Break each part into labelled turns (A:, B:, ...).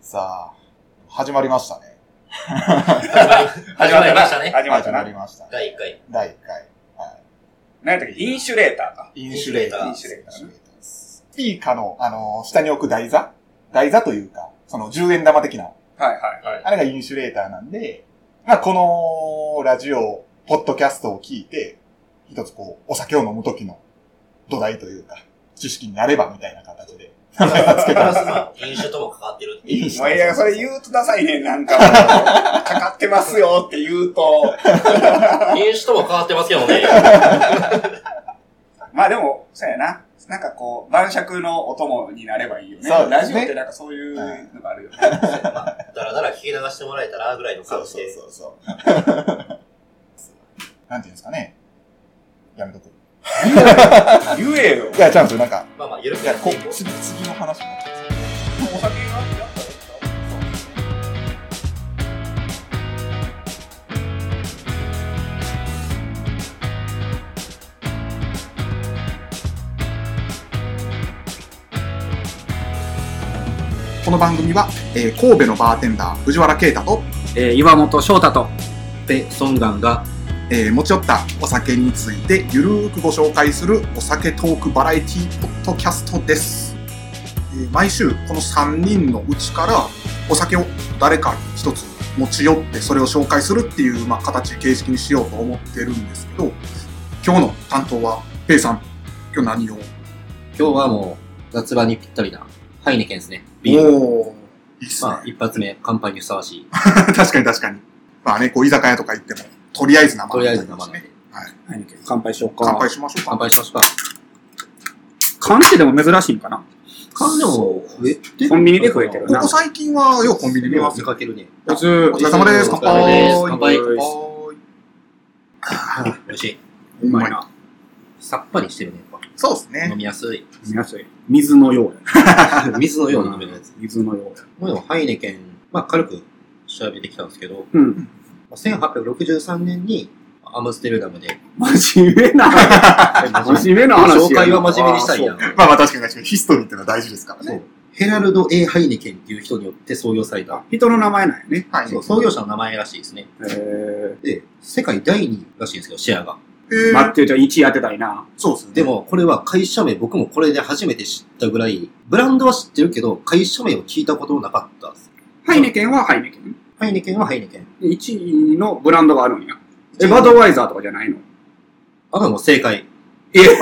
A: さあ、始まりましたね。
B: 始
C: 始
B: ま
C: ま
B: り
C: り
B: ま
C: まし
B: し
C: たた
B: ね
C: ね。
B: 始
C: 始まった
A: ま
C: な。
A: りましたね。
B: 第1回。
A: 第1回。は
C: 何やったっけインシュレーターか。
A: い。インシュレーター。
C: インシュレーター
A: インシュレーターです。スピーカーの、あの、下に置く台座台座というか、その10円玉的な、
C: はいはいはい。
A: あれがインシュレーターなんで、まあ、このラジオ、ポッドキャストを聞いて、一つこう、お酒を飲む時の土台というか、知識になればみたいな形で、名前が付け
B: プ
A: た
B: ラ
A: んで
B: ス
A: すけど
B: まあ、飲酒とも関わってるって
A: イ
B: い
A: ン
B: う。
A: シュ
C: もうい
A: レータ
C: や、
A: ー
C: それ言うとダサいねん、なんかもう。かかってますよって言うと。
B: 飲酒とも関わってますけどね。
C: まあでも、そうやな。なんかこう、晩酌のお供になればいいよね。
A: そうで
C: ラ
A: すね
C: ジオってなんかそういうのがあるよね。
B: まあ、だらだら聞き流してもらえたらぐらいの
A: そ
B: 感
A: う
B: じ
A: そう
B: で。
A: そうそう。 なんていうんですかね。やめとく。
C: 言えよ。
A: いや、ちゃんとなんか、
B: まあまあ、緩く
A: い
B: や
A: や、
B: って
A: こ
B: いこう
A: う、。次、次の話になっちゃうんですよ
C: お酒がやったら
A: この番組は、えー神戸のバーテンダー藤原啓太と、
D: えー岩本翔太と、
E: で、ソンガンが、
A: えー持ち寄ったお酒についてゆるーくご紹介するお酒トークバラエティポッドキャストです、えー毎週この3人のうちからお酒を誰か一つ持ち寄ってそれを紹介するっていう、まあ、形形式にしようと思ってるんですけど今日の担当はペイさん今日何を
E: 今日はもう、夏場にぴったりな、ハイネケンですね。ビール。
A: おーいいっすね、
E: まあ、一発目、乾杯にふさわしい。
A: 確かに確かにまあねこう居酒屋とか行ってもとりあえず生
E: とりあえず生
A: みたい
E: なん
A: な
E: で
A: ね。
D: はい、乾杯しようか。
A: 乾杯しましょうか
E: 乾杯しましょうか。
D: 缶ってでも珍しいんかな
E: 缶でも増えてる
D: コンビニで増えてる
A: こ
D: な
A: こ最近はようコンビニで
E: 見
A: 見ます
E: 見
A: よ。
E: かけるね。
D: おつ
A: お疲れ様です。
E: お
A: 乾
E: 疲れ
A: 杯
E: 様で。す乾杯
A: 乾杯。
E: 美味しい。
D: うまいな。
E: さっぱりしてるね、やっ
A: そうです
E: ぱ。飲
A: ね。
E: みやすい。
D: 見やすい。水のよう
E: 水の
D: や。
E: ように飲めるやつ。
D: 水のようや。
E: もうでもハイネケン、まあ、軽く調べてきたんですけど、
D: うん。
E: 1863年にアムステルダムで、
D: 真面目な。 真面目な話。
E: 紹介は真面目にしたいやん。
A: まあまあ確かに確かにヒストリーってのは大事ですから
E: そう
A: ね。。
E: ヘラルド・ A ・ハイネケンっていう人によって創業された、
D: 人の名前なんやね。
A: はい。
E: そう創業者の名前らしいですね。
D: え
E: で、世界第2位らしいんですけど、シェアが。
A: え
D: ー、
A: ー
D: 待って、じゃあ1位当てたいな。
A: そうですね。
E: で、も、これは会社名、僕もこれで初めて知ったぐらい、ブランドは知ってるけど、会社名を聞いたことなかったです。
D: ハイネケンはハイネケン。
E: ハイネケンはハイネケン。
D: で1位のブランドがあるんや。え、バドワイザーとかじゃないの
E: あとはもう正解。
D: え、 じゃ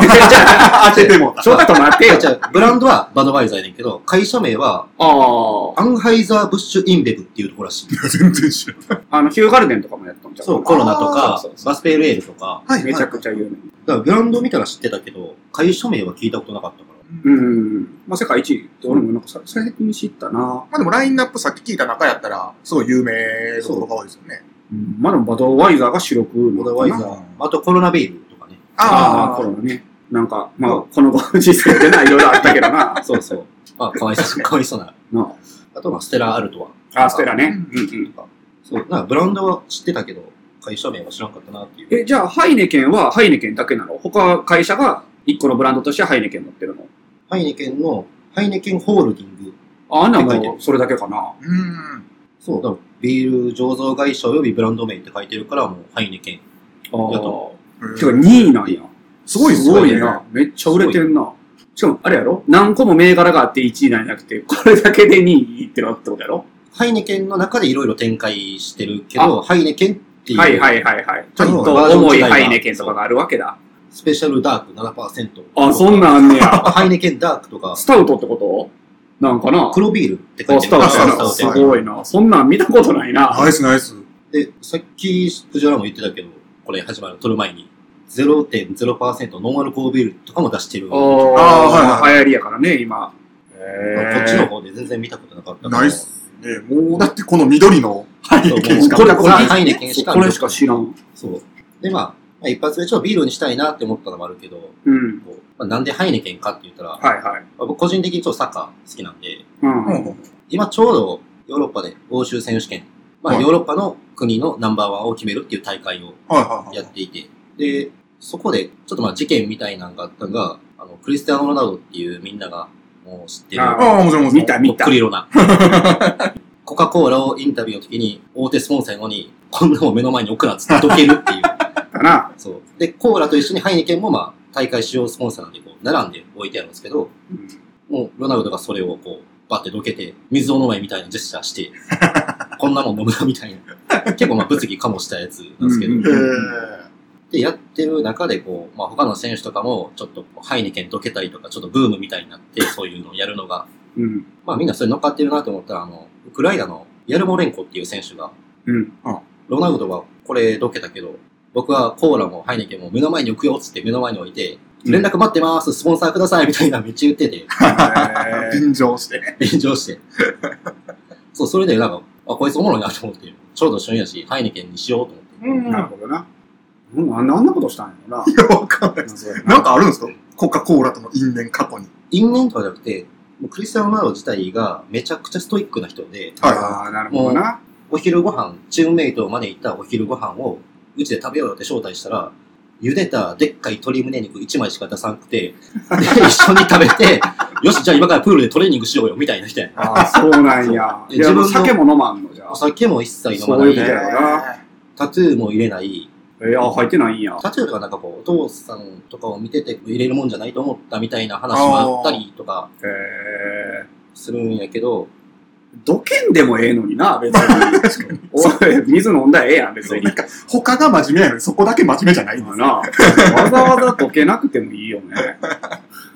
D: あ、
A: 当てても。
D: ちょっと待って
E: い
D: よ
E: や、。じゃあブランドはバドワイザーやねんけど、会社名は
D: あ
E: アンハイザー・ブッシュ・インベブっていうところらしい。
A: 全然知らない。
D: あ。あの、ヒューガルデンとかもやったんちゃう
E: そう、コロナ
D: あ
E: と
D: ー
E: か
D: そうそう、そう
E: バスペールエールとか。
A: はい。
D: めちゃく
A: ち
D: ちゃ有名。
E: だからブランド見たら知ってたけど、会社名は聞いたことなかったから。
D: うんうんうん。まあ、世界一位って俺もなんかさ最近知ったな。
A: まあでもラインナップさっき聞いた中やったら、すごい有名なところが多いですよね。
D: うん、まあでもバドワイザーが主力な
E: バ
D: のかな
E: ドワイザー。あとコロナベールとかね。
D: ああ、コロナね。なんか、まあ、このご時世でな、いろいろあったけどな。
E: そうそう。まあ、かわいそう、かわいそうな。
D: な
E: あとはステラ・アルトは。
D: ああ、ステラね。うんうん。
E: そう、なんかブランドは知ってたけど、会社名は知らんかったなっていう。
D: え、じゃあ、ハイネケンはハイネケンだけなの他会社が一個のブランドとしてハイネケン持ってるの
E: ハイネケンの、ハイネケンホールディング。
D: ああんな
E: って書いて
D: も
E: る
D: それだけかな。
A: うん。うん。
E: そう、だからビール醸造会社及びブランド名って書いてるから、もうハイネケン。
D: あ
E: や
D: あ。
E: と
D: てか、2位なんや。
A: すごいです
D: す
A: よ
D: ご
A: ね
D: いな。めっちゃ売れてんな。しかも、あれやろ何個も銘柄があって1位なんじゃなくて、これだけで2位ってなってことやろ
E: ハイネケンの中でいろいろ展開してるけど、ハイネケンっていう、
D: はいはいはいはい。ちょっと
E: バージョン違
D: 重い
E: いが
D: ハイネケンとかがあるわけだ。
E: スペシャルダーク7%。
D: あ、そんなんあんねや。
E: ハイネケンダークとか、
D: スタウトってことなんかな
E: 黒ビールって書い
D: あ
E: て
D: ス
E: る
D: タウ
E: か
D: ト
E: ら、
A: あ
D: スタウト。
A: ス
D: す
A: タウト
D: ごいな。そんなん見たことないな。
A: ナイスナイス。
E: で、さっき藤原も言ってたけど、これ始まる、撮る前に、0.0%ノンアルコールビールとかも出してる。こ
D: おー
A: あーはい
D: 流行りやからね、今。
E: っちの方で全然見たことなかったから。
A: ナイス。ねもう、だってこの緑のハイ
E: そう
A: ネ
E: も
A: ケン
E: う
A: しか見た
E: こ
A: こ
E: れ
A: とない。
E: ハイネケンしか
D: これしか知らん。
E: そう。で、まあ、まあ一発目ちょっとビールにしたいなって思ったのもあるけど、
D: うん。
E: こうまあ、なんでハイネケンかって言ったら、
D: はいはい。
E: まあ僕個人的にちょっとサッカー好きなんで、
D: うん。
A: う
D: は
A: んうん
E: 今ちょうどヨーロッパで欧州選手権、ま
A: は
E: あ
A: い
E: ヨーロッパの国のナンバーワンを決めるっていう大会を
A: はいはい
E: や
A: はい。
E: っていて、で、そこでちょっとまあ事件みたいなのがあったのが、あの、クリスティアーノ・ロナウドっていうみんながもう知ってる、
D: あ
A: ああ、もちろんもちろん。
D: 見た
E: クリロナ。カ・コーラをインタビューの時に、大手スポンサーのに、こんなもん目の前に置くなっつってどける っていう。
D: かな。
E: そう。で、コーラと一緒にハイネケンもまあ、大会主要スポンサーなんでこう、並んで置いてあるんですけど、
D: うん
E: もう、ロナウドがそれをこう、バッてどけて、水を飲めみたいなジェスチャ ーして、こんなもん飲むなみたいな。結構まあ、物議かもしたやつなんですけど、
D: うんうん
A: え
E: で、やってる中で、こう、まあ、他の選手とかも、ちょっと、ハイネケンどけたりとか、ちょっとブームみたいになって、そういうのをやるのが、
D: うん。
E: まあ、みんなそれ乗っかってるなと思ったら、あの、ウクライナのヤルモレンコっていう選手が、
D: うん。
E: ロナウドはこれどけたけど、僕はコーラもハイネケンも目の前に置くよっつって目の前に置いて、
D: うん
E: 連絡待ってます、スポンサーくださいみたいなめっちゃ言ってて、
A: ー便乗して。
E: 炎上して。 そう、それでなんか、あ、こいつおもろいなと思って、ちょうど旬やし、ハイネケンに しようと思って。
D: なるほどな。うん、あんな、あんなことしたんや ろな。
A: わかんないです。なんかあるんですかコカ・コーラとの因縁過去に。
E: 因縁とかじゃなくて、もうクリスチャン・ロナウド自体がめちゃくちゃストイックな人で、
A: は
D: ああ、なるほどな。
E: お昼ご飯、チームメイトを招いたお昼ご飯を、うちで食べようよって招待したら、茹でたでっかい鶏胸肉1枚しか出さなくて、 で一緒に食べて、よし、じゃあ今からプールでトレーニングしようよ、みたいな人やね
D: ああ、そうなんや。
E: そう
D: いや、
E: 自分の
D: 酒も飲まんのじゃ
E: お
D: あ。
E: 酒も一切飲ま
D: そう
E: な
D: いう
E: い
A: い。
D: み。たいな。
E: タトゥーも入れない。
D: えー、あ、入ってないんや。
E: タトゥーとかなんかこう、お父さんとかを見てて入れるもんじゃないと思ったみたいな話もあったりとか
D: え
E: するんやけど、
D: ー、どけんでもええのにな、別に。 おい、水飲んだらええやん、別に。
A: 他が真面目やのに、そこだけ真面目じゃないんで
D: ますあ
A: ね
D: な、わざわざどけなくてもいいよね。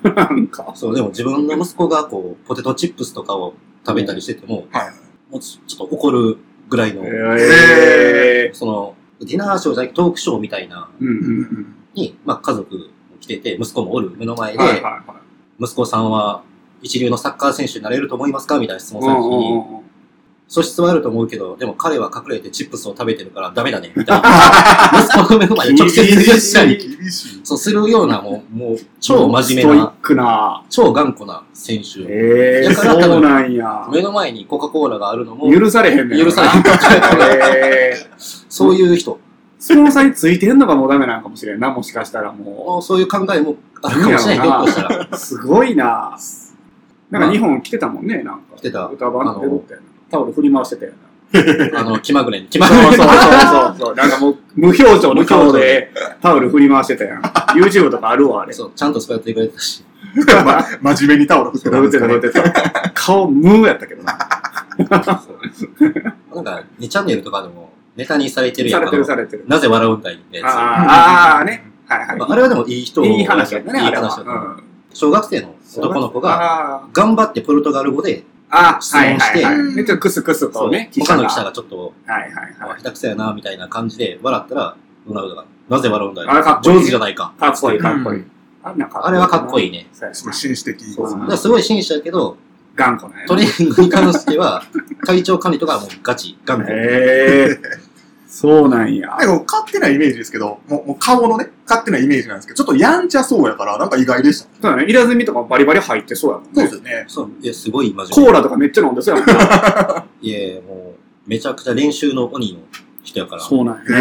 D: なんか。
E: そう、でも自分の息子がこう、ポテトチップスとかを食べたりしてても、
A: はい。
E: もうちょっと怒るぐらいの、
A: え
E: その、ディナーショーじゃなくてトークショーみたいな、
D: うん
A: うん
D: うん。
E: に、まあ家族も来てて、息子もおる目の前で、
D: はいはいは
E: 息子さんは一流のサッカー選手になれると思いますかみたいな質問
D: い。
E: された
D: う
E: 時
D: んう
E: に、
D: んうん
E: 素質はあると思うけど、でも彼は隠れてチップスを食べてるからダメだね、みたいな。 息子の目の前で直接言ったり、
A: 厳しい。
E: そうするような、もう、もう、超真面
D: ス
E: 目
D: トイ
E: な
D: ッ、クな。
E: 超頑固な選手。
D: ええー、
E: だから多分
D: そうなんや。
E: 目の前にコカ・コーラがあるのも、
D: 許されへんねん。
E: 許されへん。
D: へー
E: そういう人、
D: スポンサーについてんのがもうダメなのかもしれんな、もしかしたらも
E: そういう考えもあるかもしれない、
D: い
E: ひ
D: い
E: ょ
D: よな
E: っとしたら。
D: う。すごいななんか日本来てたもんね、なんか。
E: 来てた
D: 歌番で踊ったよな。タオル振り回してたよな。
E: あの、気まぐれに、気ま
D: そ
E: ぐれ
D: う
E: に。
D: そうそうそう。なんかもう、無表情の顔でタオル振り回してたやん。YouTube とかあるわ、あれ。
E: そう、ちゃんとそうやってくれてたし。
A: ま真面目にタオル振ってたん
D: 踊
A: で
D: っ
A: すか
D: てた、
A: ね
D: 踊ってた。顔、ムーやったけどな。
E: なんか、2チャンネルとかでもネタにされてるや
D: さ
E: ん
D: れてる、されてる。
E: なぜ笑うんだいってやつ。
D: あーあー、ね。はい
E: ま
D: は
E: ああれはでもいい人
D: い。いい話やったね、
E: いい
D: あれ
E: 話
D: は。
E: だっ
D: う
E: た
D: ん
E: 小学生の男の子が、
D: あー
E: 頑張ってポルトガル語で、
D: あ、
E: 質問
D: はいはいは
E: し
D: い。で、ちょっとクスクス
E: そ
D: と
E: う
D: ね、
E: 他の記者
D: が。
E: がちょっと、
D: はいはいはい。
E: あ下手くそやな、みたいな感じで笑ったら、ロナウドが、なぜ笑うんだ
D: あれか
E: よ
D: っ。こいい
E: 上手じゃないか。
D: かっこいい、かっこいい。あれなん
E: あれはかっこ
D: いい
E: いいね。
D: な。そうや
A: す
D: な
A: ごい紳士的。
D: そうそう
E: だからすごい紳士だけど、
D: 頑固なやつ
E: トレーニングに関しては、体調管理とかはもうガチ、頑固。
D: へえ。そうなんや。
A: なんか勝手なイメージですけど、もうもう顔のね、勝手なイメージなんですけど、ちょっとやんちゃそうやから、なんか意外でした。
D: そうだね。入れ墨とかバリバリ入ってそうやもんね。
A: すよね。
E: そう、いや、すごい真面
D: コ
E: 目。
D: ーラとかめっちゃ飲んでそうやもんな。
E: いやいや、もう、めちゃくちゃ練習の鬼の人やから。
D: そうなん
A: へ
D: やね。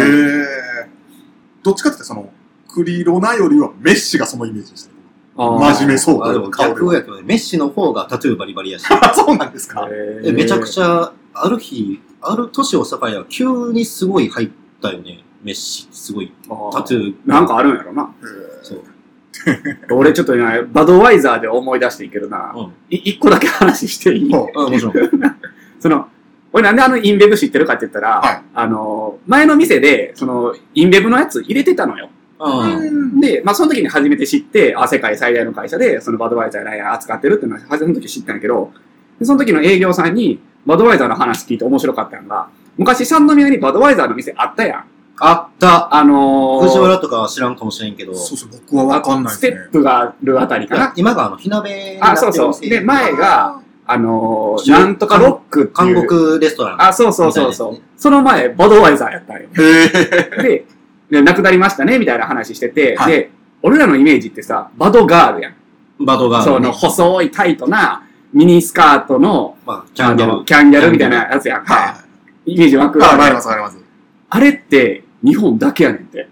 A: え。どっちかって言ったらその、クリロナよりはメッシがそのイメージでした。
D: あー
A: 真面目そう
E: あでも
A: 顔で
E: 逆やけどね、メッシの方がタトゥーバリバリやし、
A: あ、そうなんですか。
D: へ
E: で
D: え
E: めちゃくちゃ、ある日、ある年を境には急にすごい入ったよね、メッシ。すごい、
D: あ
E: タト
D: ー
E: ゥー。
D: なんかあるんやろな。
E: そう。
D: 俺ちょっと今、バドワイザーで思い出していいけどな
E: う。ん。
D: い一個だけ話していい
A: もう
E: あ、も ちろん。う
D: その、俺なんであのインベブ知ってるかって言ったら、
A: はい
D: あの、前の店で、その、インベブのやつ入れてたのよ。
E: ん。
D: で、まあ、その時に初めて知って、あ、世界最大の会社で、そのバドワイザーやライアー扱ってるっていうのは、初めの時知ったんやけど、でその時の営業さんに、バドワイザーの話聞いて面白かったんが、昔三宮にバドワイザーの店あったやん。
E: あった。
D: あのー、
E: 藤原とかは知らんかもしれんけど、
A: そうそう、僕はわかんない
D: ス
A: で
D: テ
A: すね
D: ッ。プがあるあたりかな。
E: 今があの、火鍋にな
D: あ、
E: っ
D: そう
E: てる
D: そ
E: お
D: う。で、
E: 店、
D: 前が、あのー、
E: 中
D: なんとかロックってい
E: 韓
D: う。。
E: 国レストラン。
D: あ、そうそうそうそ
E: み
D: う。その前、バドワイザーやったんよ。
A: へえ。
D: で、で亡くなりましたね、みたいな話してて、
A: はい
D: で、俺らのイメージってさ、バドガールやん。
E: バドガー
D: そ
E: ルね
D: の、細いタイトなミニスカートの、
E: まあ、キャンギャ
D: あの
E: ル。
D: キャンギャルみたいなやつやんか。
A: はい。
D: イメージ湧く
A: あ、わかります、わかります。
D: あれって、日本だけやねんて。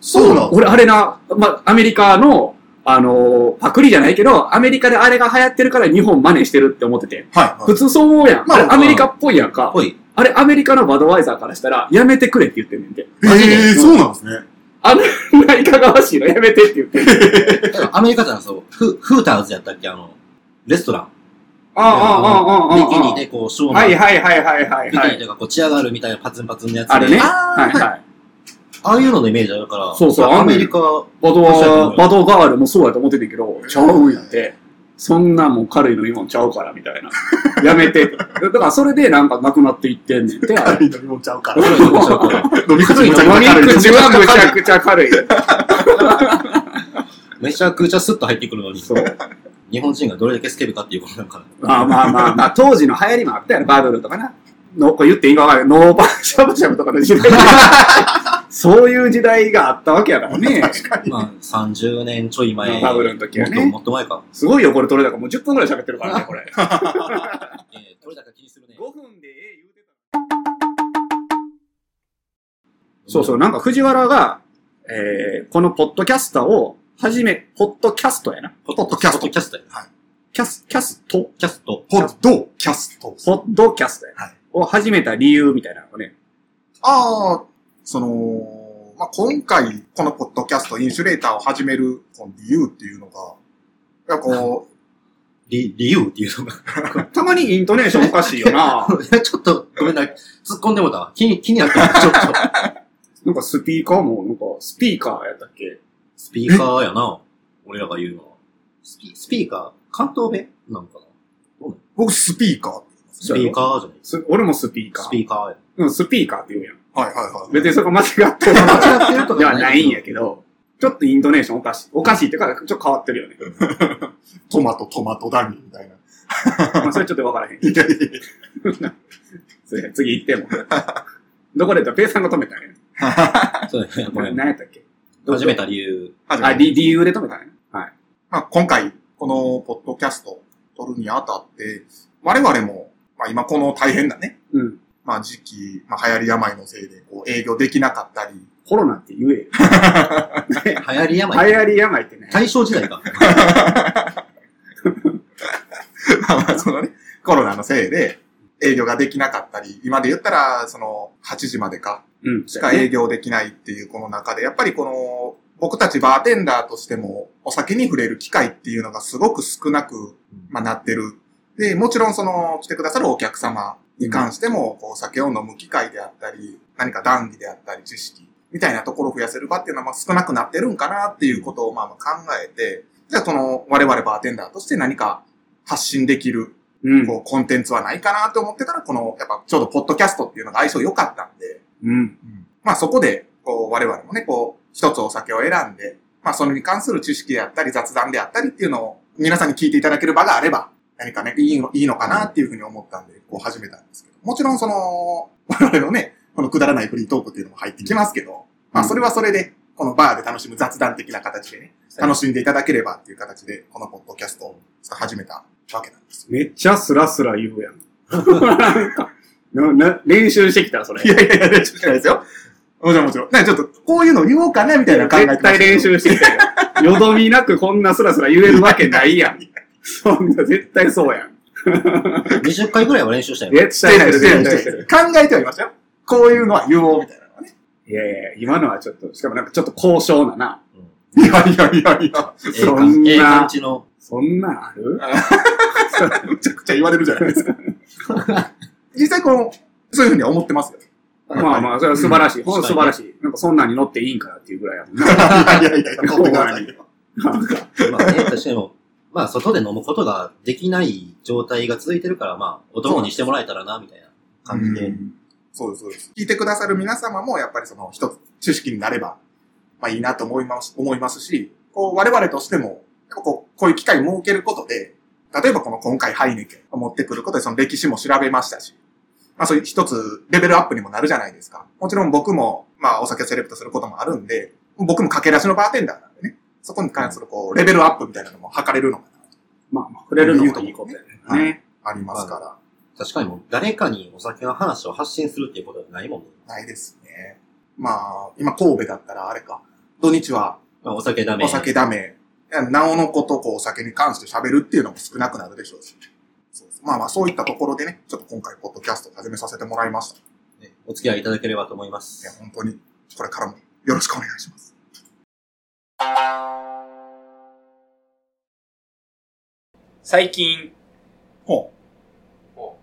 A: そうなの
D: 俺、あれな、ま、アメリカの、あのーパクリじゃないけど、アメリカであれが流行ってるから日本真似してるって思ってて。
A: はい。
D: 普通そう思うやん。
A: まあ
D: あれアメリカっぽいやんか。
E: ぽい。
D: あれアメリカのバドワイザーからしたら、やめてくれって言ってんねんて。
E: マジで
A: ええー、そうなんですね。
D: ないかがわしいのやめてって言ってんねん。
E: だからアメリカじゃないそう、フフーターズやったっけあの、レストラン。
D: ああ、ああ、ああ、
E: ビ
D: ああ。
E: キニでこう、ショーマン
D: はいはいはいはいはい
E: ビキ
D: は
E: ニ
D: い。
E: とかこう、チアがあるみたいなパツンパツンのやつで。
D: あれね。
E: あ
D: はいはい。
E: あいうののイメージあるから。
D: そうそう
E: アメリカ、
D: バド
E: 確か
D: は
E: に
D: バドガールもそうやと思っててんけど、ちゃうんやって。そんなもん軽いの今もちゃうからみたい な。やめて。だからそれでなんかなくなっていってんねん て。あれ
A: 飲みもちゃうから。
E: 面白いとこちゃうから。
A: 飲み口
D: 飲
A: も
D: み
A: ちゃうから。
D: 口はむちゃくちゃ軽い。
E: めちゃくちゃスッと入ってくるのに、
D: そう。
E: 日本人がどれだけスケベかっていうことなんかな。
D: まあまあまあま あ、当時の流行りもあったやろ、バブルとかな。のこれ言っていいかわからない。ノーバーしゃぶしゃぶとかの時代 そういう時代があったわけやからね。
E: まあ、30年ちょい前。
D: バブルの時は
E: もっと
D: ね。
E: もっと前か。
D: すごいよ、これ取れたから。もう10分くらい喋ってるからね、これ。
E: えー、どれだか気にするね。
D: 5分でええ言うてた。そうそう、なんか藤原が、えー、このポッドキャスターを、はじめ、ポッドキャストやな。
E: ポ
A: ッドキャスト
E: ポッドキャストや。
D: キャス、キャスト、
E: キャスト。
A: ポッドキャスト。
D: ポッドキャストやな。
A: はい
D: を始めた理由みたいなのをね。
A: ああ、その、まあ、今回、このポッドキャスト、インシュレーターを始めるこの理由っていうのが、やっぱこ
E: 理、理由っていうのが。
D: たまにイントネーションおかしいよな。
E: いや、ちょっと、ごめんな。突っ込んでもうたわ。気に、気になったわ。ちょっと。
D: なんかスピーカーも、なんか、スピーカーやったっけ
E: スピーカーやな。俺らが言うのは。スピ、スピーカー関東弁なんかな
A: う、僕スピーカー。
E: スピーカーじゃない
D: す俺もスピーカー。
E: スピーカーや。
D: うん、スピーカーって言うやん。
A: はいはいはい。
D: 別にそこ間違ってる。
E: 間違ってるとか
D: ではないんやけど、ちょっとイントネーションおかしい。おかしいっていうか、ちょっと変わってるよ ね。
A: トマト、トマトダミーみたいな。
D: まあ、それちょっとわからへん。 そうや次行っても。どこでやったペイさんが止めたんや。
E: そうだね。
D: こ
E: ごめ
D: れ
E: ん。
D: 何やったっけ
E: 始めた理由。
A: はじめ
D: あ、理理由で止めたんや。
A: まあ、今回、このポッドキャストを撮るにあたって、我々も、まあ今この大変なね、
D: うん。
A: まあ時期、まあ流行り病のせいで、こう営業できなかったり、
D: コロナって言えよ。
E: 流行り病。
D: 流行り病ってね。
E: 大正時代か。
A: まあまあそのね、コロナのせいで営業ができなかったり、今で言ったら、その8時までか、
D: うん。
A: しか営業できないっていうこの中で、やっぱりこの、僕たちバーテンダーとしても、お酒に触れる機会っていうのがすごく少なく、まあ、なってる。で、もちろんその、来てくださるお客様に関しても、こう、お酒を飲む機会であったり、何か談義であったり、知識、みたいなところを増やせる場っていうのは、まあ、少なくなってるんかなっていうことを、まあ、まあ考えて、じゃあ、その、我々バーテンダーとして何か発信できる、
D: うん。
A: こう、コンテンツはないかなと思ってから、この、やっぱ、ちょうど、ポッドキャストっていうのが相性良かったんで、
D: うん。
A: まあそこで、こう、我々もね、こう、一つお酒を選んで、まあそれに関する知識であったり、雑談であったりっていうのを、皆さんに聞いていただける場があれば、何かね、いいの、いいのかなっていうふうに思ったんで、こう始めたんですけど。もちろんその、我々のね、このくだらないフリートークっていうのも入ってきますけど、まあそれはそれで、このバーで楽しむ雑談的な形でね、楽しんでいただければっていう形で、このポッドキャストを始めたわけなんですよ。
D: めっちゃスラスラ言う やん。なんかなな練習してきた、それ。
A: いやいやいや、大丈夫じゃないですよ。もちろんもちろん。ね、ちょっと、こういうのを言おうかなみたいな考えてま
D: 絶
A: したけ
D: 対
A: ど
D: 練習してきたよ。よどみなくこんなスラスラ言えるわけないやん。そんな、絶対そうやん。
E: 20回ぐらいは練習したよ。
D: 絶
A: して
D: 対
A: ない、
D: す
A: し
D: る、
A: てない、
D: 絶
A: して
D: 対
A: ない
D: する。
A: 考えてはいましたよ。こういうのは言おうみたいなのはね。
D: いやいや、今のはちょっと、しかもなんかちょっと高尚なな。
A: いやいやいやいや、
E: ええ感
D: そんな
E: じ。ええ感じの。
D: そんなんある
A: むちゃくちゃ言われるじゃないです か。実際この、そういうふうには思ってますよ。
D: まあまあ、それは素晴らしい。ほんと素晴
E: 確かに
D: らしい。なんかそんなんに乗っていいんかなっていうぐらいやもんな。
A: いやいやいや、乗ってくださいよ。
D: なんか
E: まあね、確かにもうまあ、外で飲むことができない状態が続いてるから、まあ、お供にしてもらえたらな、みたいな感じ
A: う
E: で。
A: んそうです、そうです。聞いてくださる皆様も、やっぱりその一つ知識になれば、まあいいなと思います、思いますし、こう、我々としても、やっぱこう、こういう機会設けることで、例えばこの今回ハイネケンを持ってくることで、その歴史も調べましたし、まあそういう一つレベルアップにもなるじゃないですか。もちろん僕も、まあお酒をセレクトすることもあるんで、僕も駆け出しのバーテンダーなんでね、そこに関するこう、レベルアップみたいなのも測れるのか
D: まあまあ、触れるのもいいことや
A: はい
D: ね。
A: な、ありますから。
E: 確かにもう、誰かにお酒の話を発信するっていうことはないもんね。
A: ないですね。まあ、今神戸だったらあれか、土日は
E: まあ、お酒ダメ。
A: お酒ダメ。なおのことこうお酒に関して喋るっていうのも少なくなるでしょうし。そうそうまあまあそういったところでね、ちょっと今回ポッドキャストを始めさせてもらいました。
E: ねお付き合いいただければと思いま
A: いや
E: す。
A: 本当にこれからもよろしくお願いします。
D: 最近、
A: ほ
D: ほ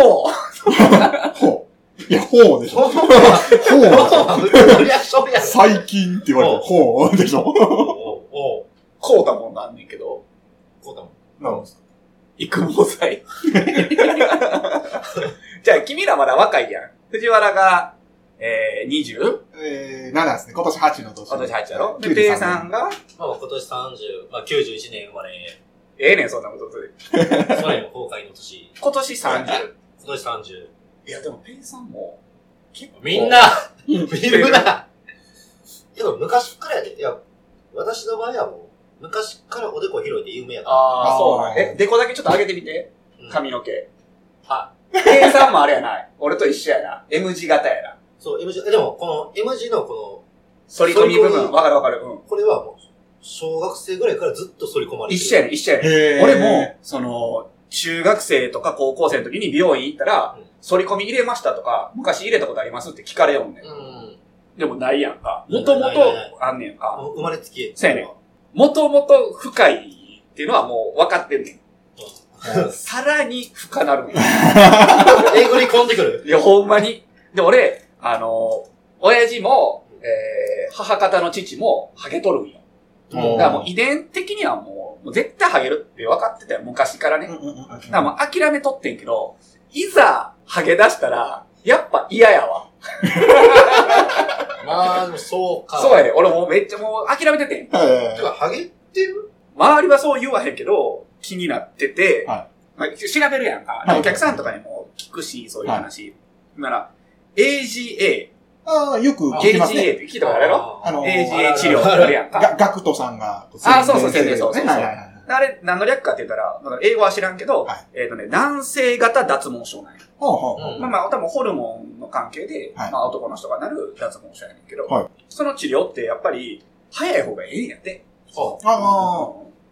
D: う
A: う。ほう。いや、ほうでしょ。ほう。
B: リアクションや
A: 最近って言われて、ほうでしょ。
B: おお
D: こうたもんがあんねんけど、
B: こうだもん。
D: うん。育毛剤。 じゃあ、君らまだ若いやん。藤原が、えー、20?
A: えー、7ですね。今年8の年。
D: 今年入っちゃろで、
A: 93
D: ペイさんが、
B: まあ今年30、まあ91年生まれ、
D: ええねん、そんなことで。
B: ソ連崩壊の年、
D: 今年 30?
B: 今年30。
D: いや、でもペイさんも、結構
B: みんな、みんな。けど昔からやで、いや、私の場合はもう、昔からおでこ広いで有名やか
D: ああ、そうなん
A: あー
D: え、デコだけちょっと上げてみて。
B: ら。うん
D: 髪の毛。
B: は
D: ペイさんもあれやな。俺と一緒やな。M 字型やな。
B: そう、M 字、えでも、この M 字のこ
D: 反り込み部
B: 反り込
D: 分。
B: み
D: わかるわかる。うん
B: の、。これはもう、小学生ぐらいからずっと反り込まれて
D: 一
B: る。
D: 緒やねん、一緒やねん。
A: へー
D: 俺も、その、中学生とか高校生の時に美容院行ったら
B: うん、
D: 反り込み入れましたとか、昔入れたことありますって聞かれよんねん。
B: うん。
D: でもないやんか。
B: な
D: も
B: い
D: とも
B: ないないない
D: とあんねんか。
B: もう生まれつき。
D: そうやねん。もともと深いっていうのはもう分かってんねん。さらに深なるねん。
B: えぐり込んでくる。
D: いや、ほんまに。で、俺、あの、親父も、えー、母方の父も、ハゲとるんよ。だ
A: おー
D: からもう遺伝的にはもう、もう絶対ハゲるって分かってたよ、昔からね。だからもう諦めとってんけど、いざ、ハゲ出したら、やっぱ嫌やわ。
B: まあ、でもそうか。
D: そうやね。俺もうめっちゃもう諦めててん。
A: え
B: てか、ハゲてる
D: 周りはそう言わへんけど、気になってて、
A: は
D: まあ、調べるやんか。
A: はい
D: お客さんとかにも聞くし、そういう話。なら、AGA、
A: ーああ、よく
D: AGA
A: 聞きますね。
D: って聞いたことあるやろ
A: あの
D: AGA 治療あるやんか。
A: がガクトさんが。
D: あそうそう
A: 宣伝してる
D: そうそうそう
A: ねはいはいはい
D: あれ、何の略かって言ったら、まあ英語は知らんけど、
A: はい
D: えっ、とね、男性型脱毛症なんや。
A: ほうほう
B: う
A: ほうん
D: まあまあ、多分ホルモンの関係で、
A: はい
D: まあ男の人がなる脱毛症やねんけど、
A: はい
D: その治療ってやっぱり、早い方がええんやって。
B: そ
A: あ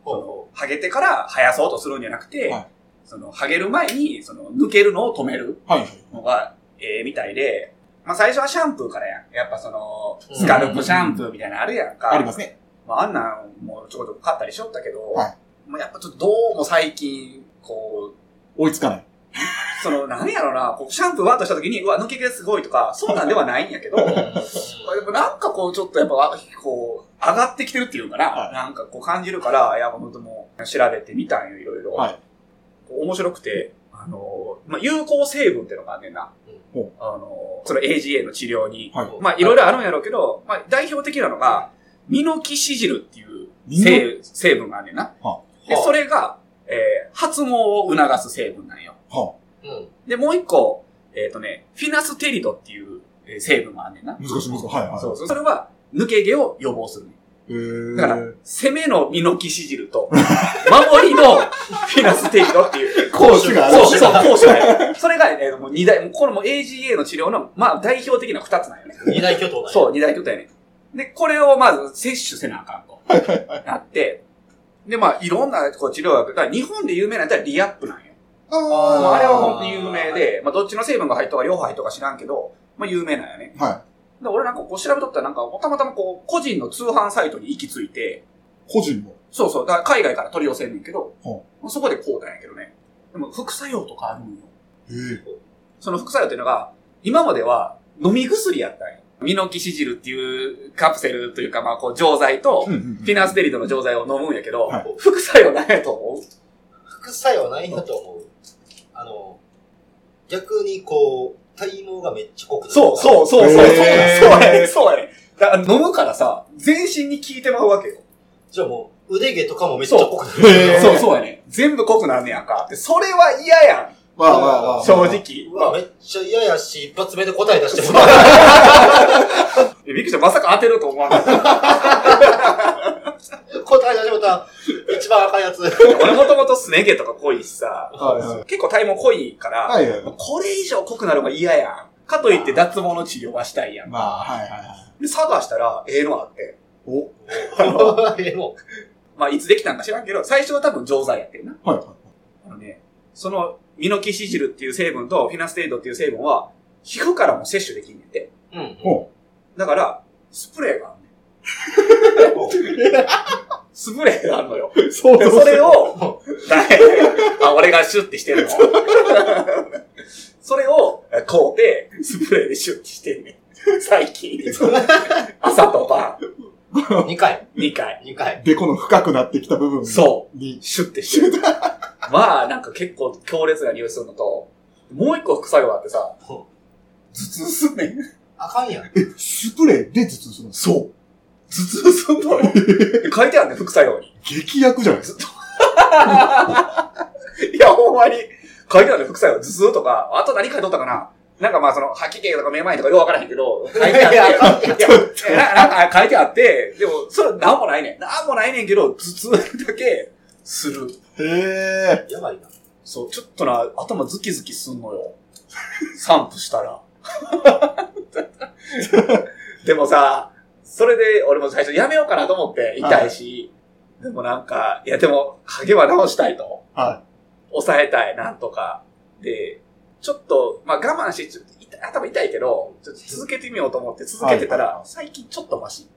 D: その、ハゲてから生やそうとするんじゃなくて、
A: はい
D: その、ハゲる前に、その、抜けるのを止める
A: あ、はいはい。
D: のが、ええみたいで、まあ最初はシャンプーからやん。やっぱその、
B: うん
D: スカルプシャンプーみたいなのあるやんか。
A: ありますね。
D: まあ、あんなんもちょこちょこ買ったりしよったけど、
A: はい
D: まあ、やっぱちょっとどうも最近、こう、
A: 追いつかない。
D: その、なんやろな、こうシャンプーわっとした時に、うわ、抜け毛すごいとか、そうなんではないんやけ ど、
B: う。
D: や
B: う
D: っぱなんかこう、ちょっとやっぱわ、こう、上がってきてるっていうかな、
A: はい
D: なんかこう感じるから、山本も調べてみたんよ、いろいろ。
A: はい
D: こう面白くて、あの、まあ、有効成分っていうのがあんねんな。
A: うんほ
D: あの、その AGA の治療に。
A: はい。
D: まあ、いろいろあるんやろうけど、まあ、代表的なのが、ミノキシジルっていう成成分があんねんな。で、そ
B: れ、
D: れが、えー、発毛を促す成分なんよ。
A: は
B: うん。
D: で、もう一個、えっ、とね、フィナステリドっていうえー成分があんねんな
A: あ、。難しい難しい。はいはい。
D: そうそう。それは、抜け毛を予防するねん。
A: えー
D: だから、攻めのミノキシジルと、守りのフィナステリドって いう。
A: 講師がある
D: そうそう、講師があるそれが、えー、もう二大、もうこれも AGA の治療の、まあ、代表的な二つなんよね。
B: 二大巨頭だね。
D: そう、二大拠点やねん。で、これをまず摂取せなあかんと。なって、で、まあ、いろんなこう治療薬、だから日本で有名なやつはリアップなんよ。
A: あ
D: もう
A: あ
D: あれは本当に有名で、まあ、どっちの成分が入ったか両方入ったか知らんけど、まあ、有名なんよね。
A: は
D: で、俺なんかこう調べとったらなんか、たまたまこう、個人の通販サイトに行き着いて、
A: い。個人も。
D: そうそう、だから海外から取り寄せんねんけど、
A: ほ
D: そこでこうなんやけどね。でも、副作用とかあるんよ。
A: えー
D: その副作用っていうのが、今までは飲み薬やったんよ。ミノキシジルっていうカプセルというか、まあ、こう、錠剤と、
A: うんうん
D: フィナンステリドの錠剤を飲むんやけど、
A: はい
D: 副作用ないと思う
B: 副作用ないなと思う。あの、逆にこう、体毛がめっちゃ濃くなる。
D: そうそうそうそう。そう
A: へー
D: やねんそうやねん。だから飲むからさ、全身に効いてまうわけよ。
B: じゃあもう、腕毛とかもめっちゃ濃くなる。
A: へー
D: そうそうやねん。全部濃くなるねやんか。で、それは嫌や
A: まあまあまあ。
D: ん。正。直。
B: うわ、めっちゃ嫌やし、一発目で答え出してもらう。
D: えびっくりした。まさか当てると思わなかった。
B: 答え出してもらった。一番赤いや つ。
D: 俺もともとすね毛とか濃いしさ、
A: はいはい。
D: 結構体毛濃いから、
A: はいはい。
D: これ以上濃くなるのが嫌やん。かといって脱毛の治療はしたいやん。
A: まあ、はいはいはい。
D: で、探したら、ええのあって。
A: お、
B: えも
D: まあいつできたんか知らんけど、最初は多分錠剤やってるな。
A: はいはい。
D: あのね、そのミノキシジルっていう成分とフィナステイドっていう成分は、皮膚からも摂取できんねんて。
B: うん。
A: ほ
D: だから、スプレーがあんねん。スプレーがあるのよ。
A: う。そう
D: で
A: そう
D: それを、あ、俺がシュッてしてるの。それを、こうて、スプレーでシュッてしてんねん。最近。朝と晩、
B: 2回。
D: 2回。
B: 2回。
A: で、この深くなってきた部分。
D: そう
A: に、
D: シュッてしてる。 まあ、なんか結構強烈な匂いするのと、もう一個副作用があってさ、頭痛すんねん。
B: あかんやん。
A: え、スプレーで頭痛するんです
D: そう。頭痛すんのよ。 書いてあるねん、副作用に。
A: 激薬じゃないですか。
D: いや、ほんまに。書いてあるねん、副作用。頭痛とか、あと何書いとったかななんかまあ、その、吐き気とかめまいとかよくわからへんけど、書いてあっ
B: いやいや
D: て、いやななんか書いてあって、でも、それなんもないねん。なんもないねんけど、頭痛だけする。
A: へ
B: やばいな。
D: そう、ちょっとな、頭ズキズキすんのよ。 散布したら。 でもさ、それで俺も最初やめようかなと思って、痛いし。でもなんか、いやでも、影は直したいと。
A: ー。は
D: 抑えたい、なんとか。で、ちょっと、まあ我慢して、ちょっと痛い頭痛いけど、ちょっと続けてみようと思って続けてたら、最近ちょっとマシ。い
A: い。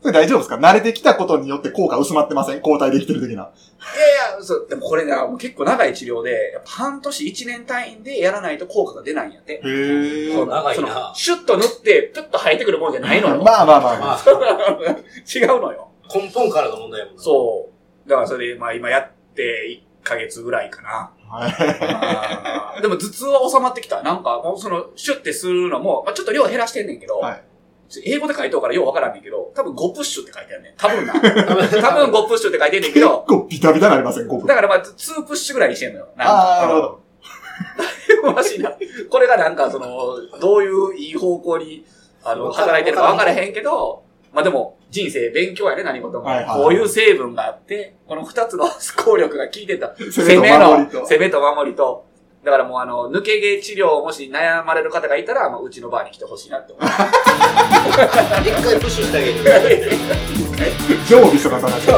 A: それ大丈夫ですか慣れてきたことによって効果薄まってません交代できてる的な。
D: やいや、そう、でもこれな、もう結構長い治療で、やっぱ半年1年単位でやらないと効果が出ないんやって。
A: へー
D: そう
B: 長い
D: そ
B: な
D: のシュッと塗って、プッと生えてくるもんじゃないの よ。
A: まあまあまあま
B: ま
A: あ。
B: あ、
D: 違うのよ。
B: 根本からの問題やもんな。
D: そう。だからそれで、まあ今やって1ヶ月ぐらいかな。
A: はい
D: でも頭痛は収まってきた。なんか、もうその、シュッてするのも、まあ、ちょっと量減らしてんねんけど、
A: はい
D: 英語で書いておからようわからんねんけど、多分5プッシュって書いてあるねん。多分な。多分5プッシュって書いてんねんけど、
A: こう、ビタビタなりません5分。
D: だからまあ2プッシュぐらいにしてんのよ。なん
A: あ
D: か
A: あ、なるほど。
D: マジな。これがなんか、その、どういういい方向に、あの、
B: わからん
D: 働いてるか分からへんけど、まあでも、人生勉強やね、何事も。
A: はいはい
D: こういう成分があって、この二つの 効力が効いてた。
A: 攻めと守りと
D: 攻めと守りと。だからもうあの、抜け毛治療をもし悩まれる方がいたら、まあ、うちのバーに来てほしいなって思う。
B: 一回プッシュしてあげる。
A: 常備しとかさないと。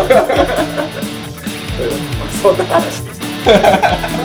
D: そんな話です。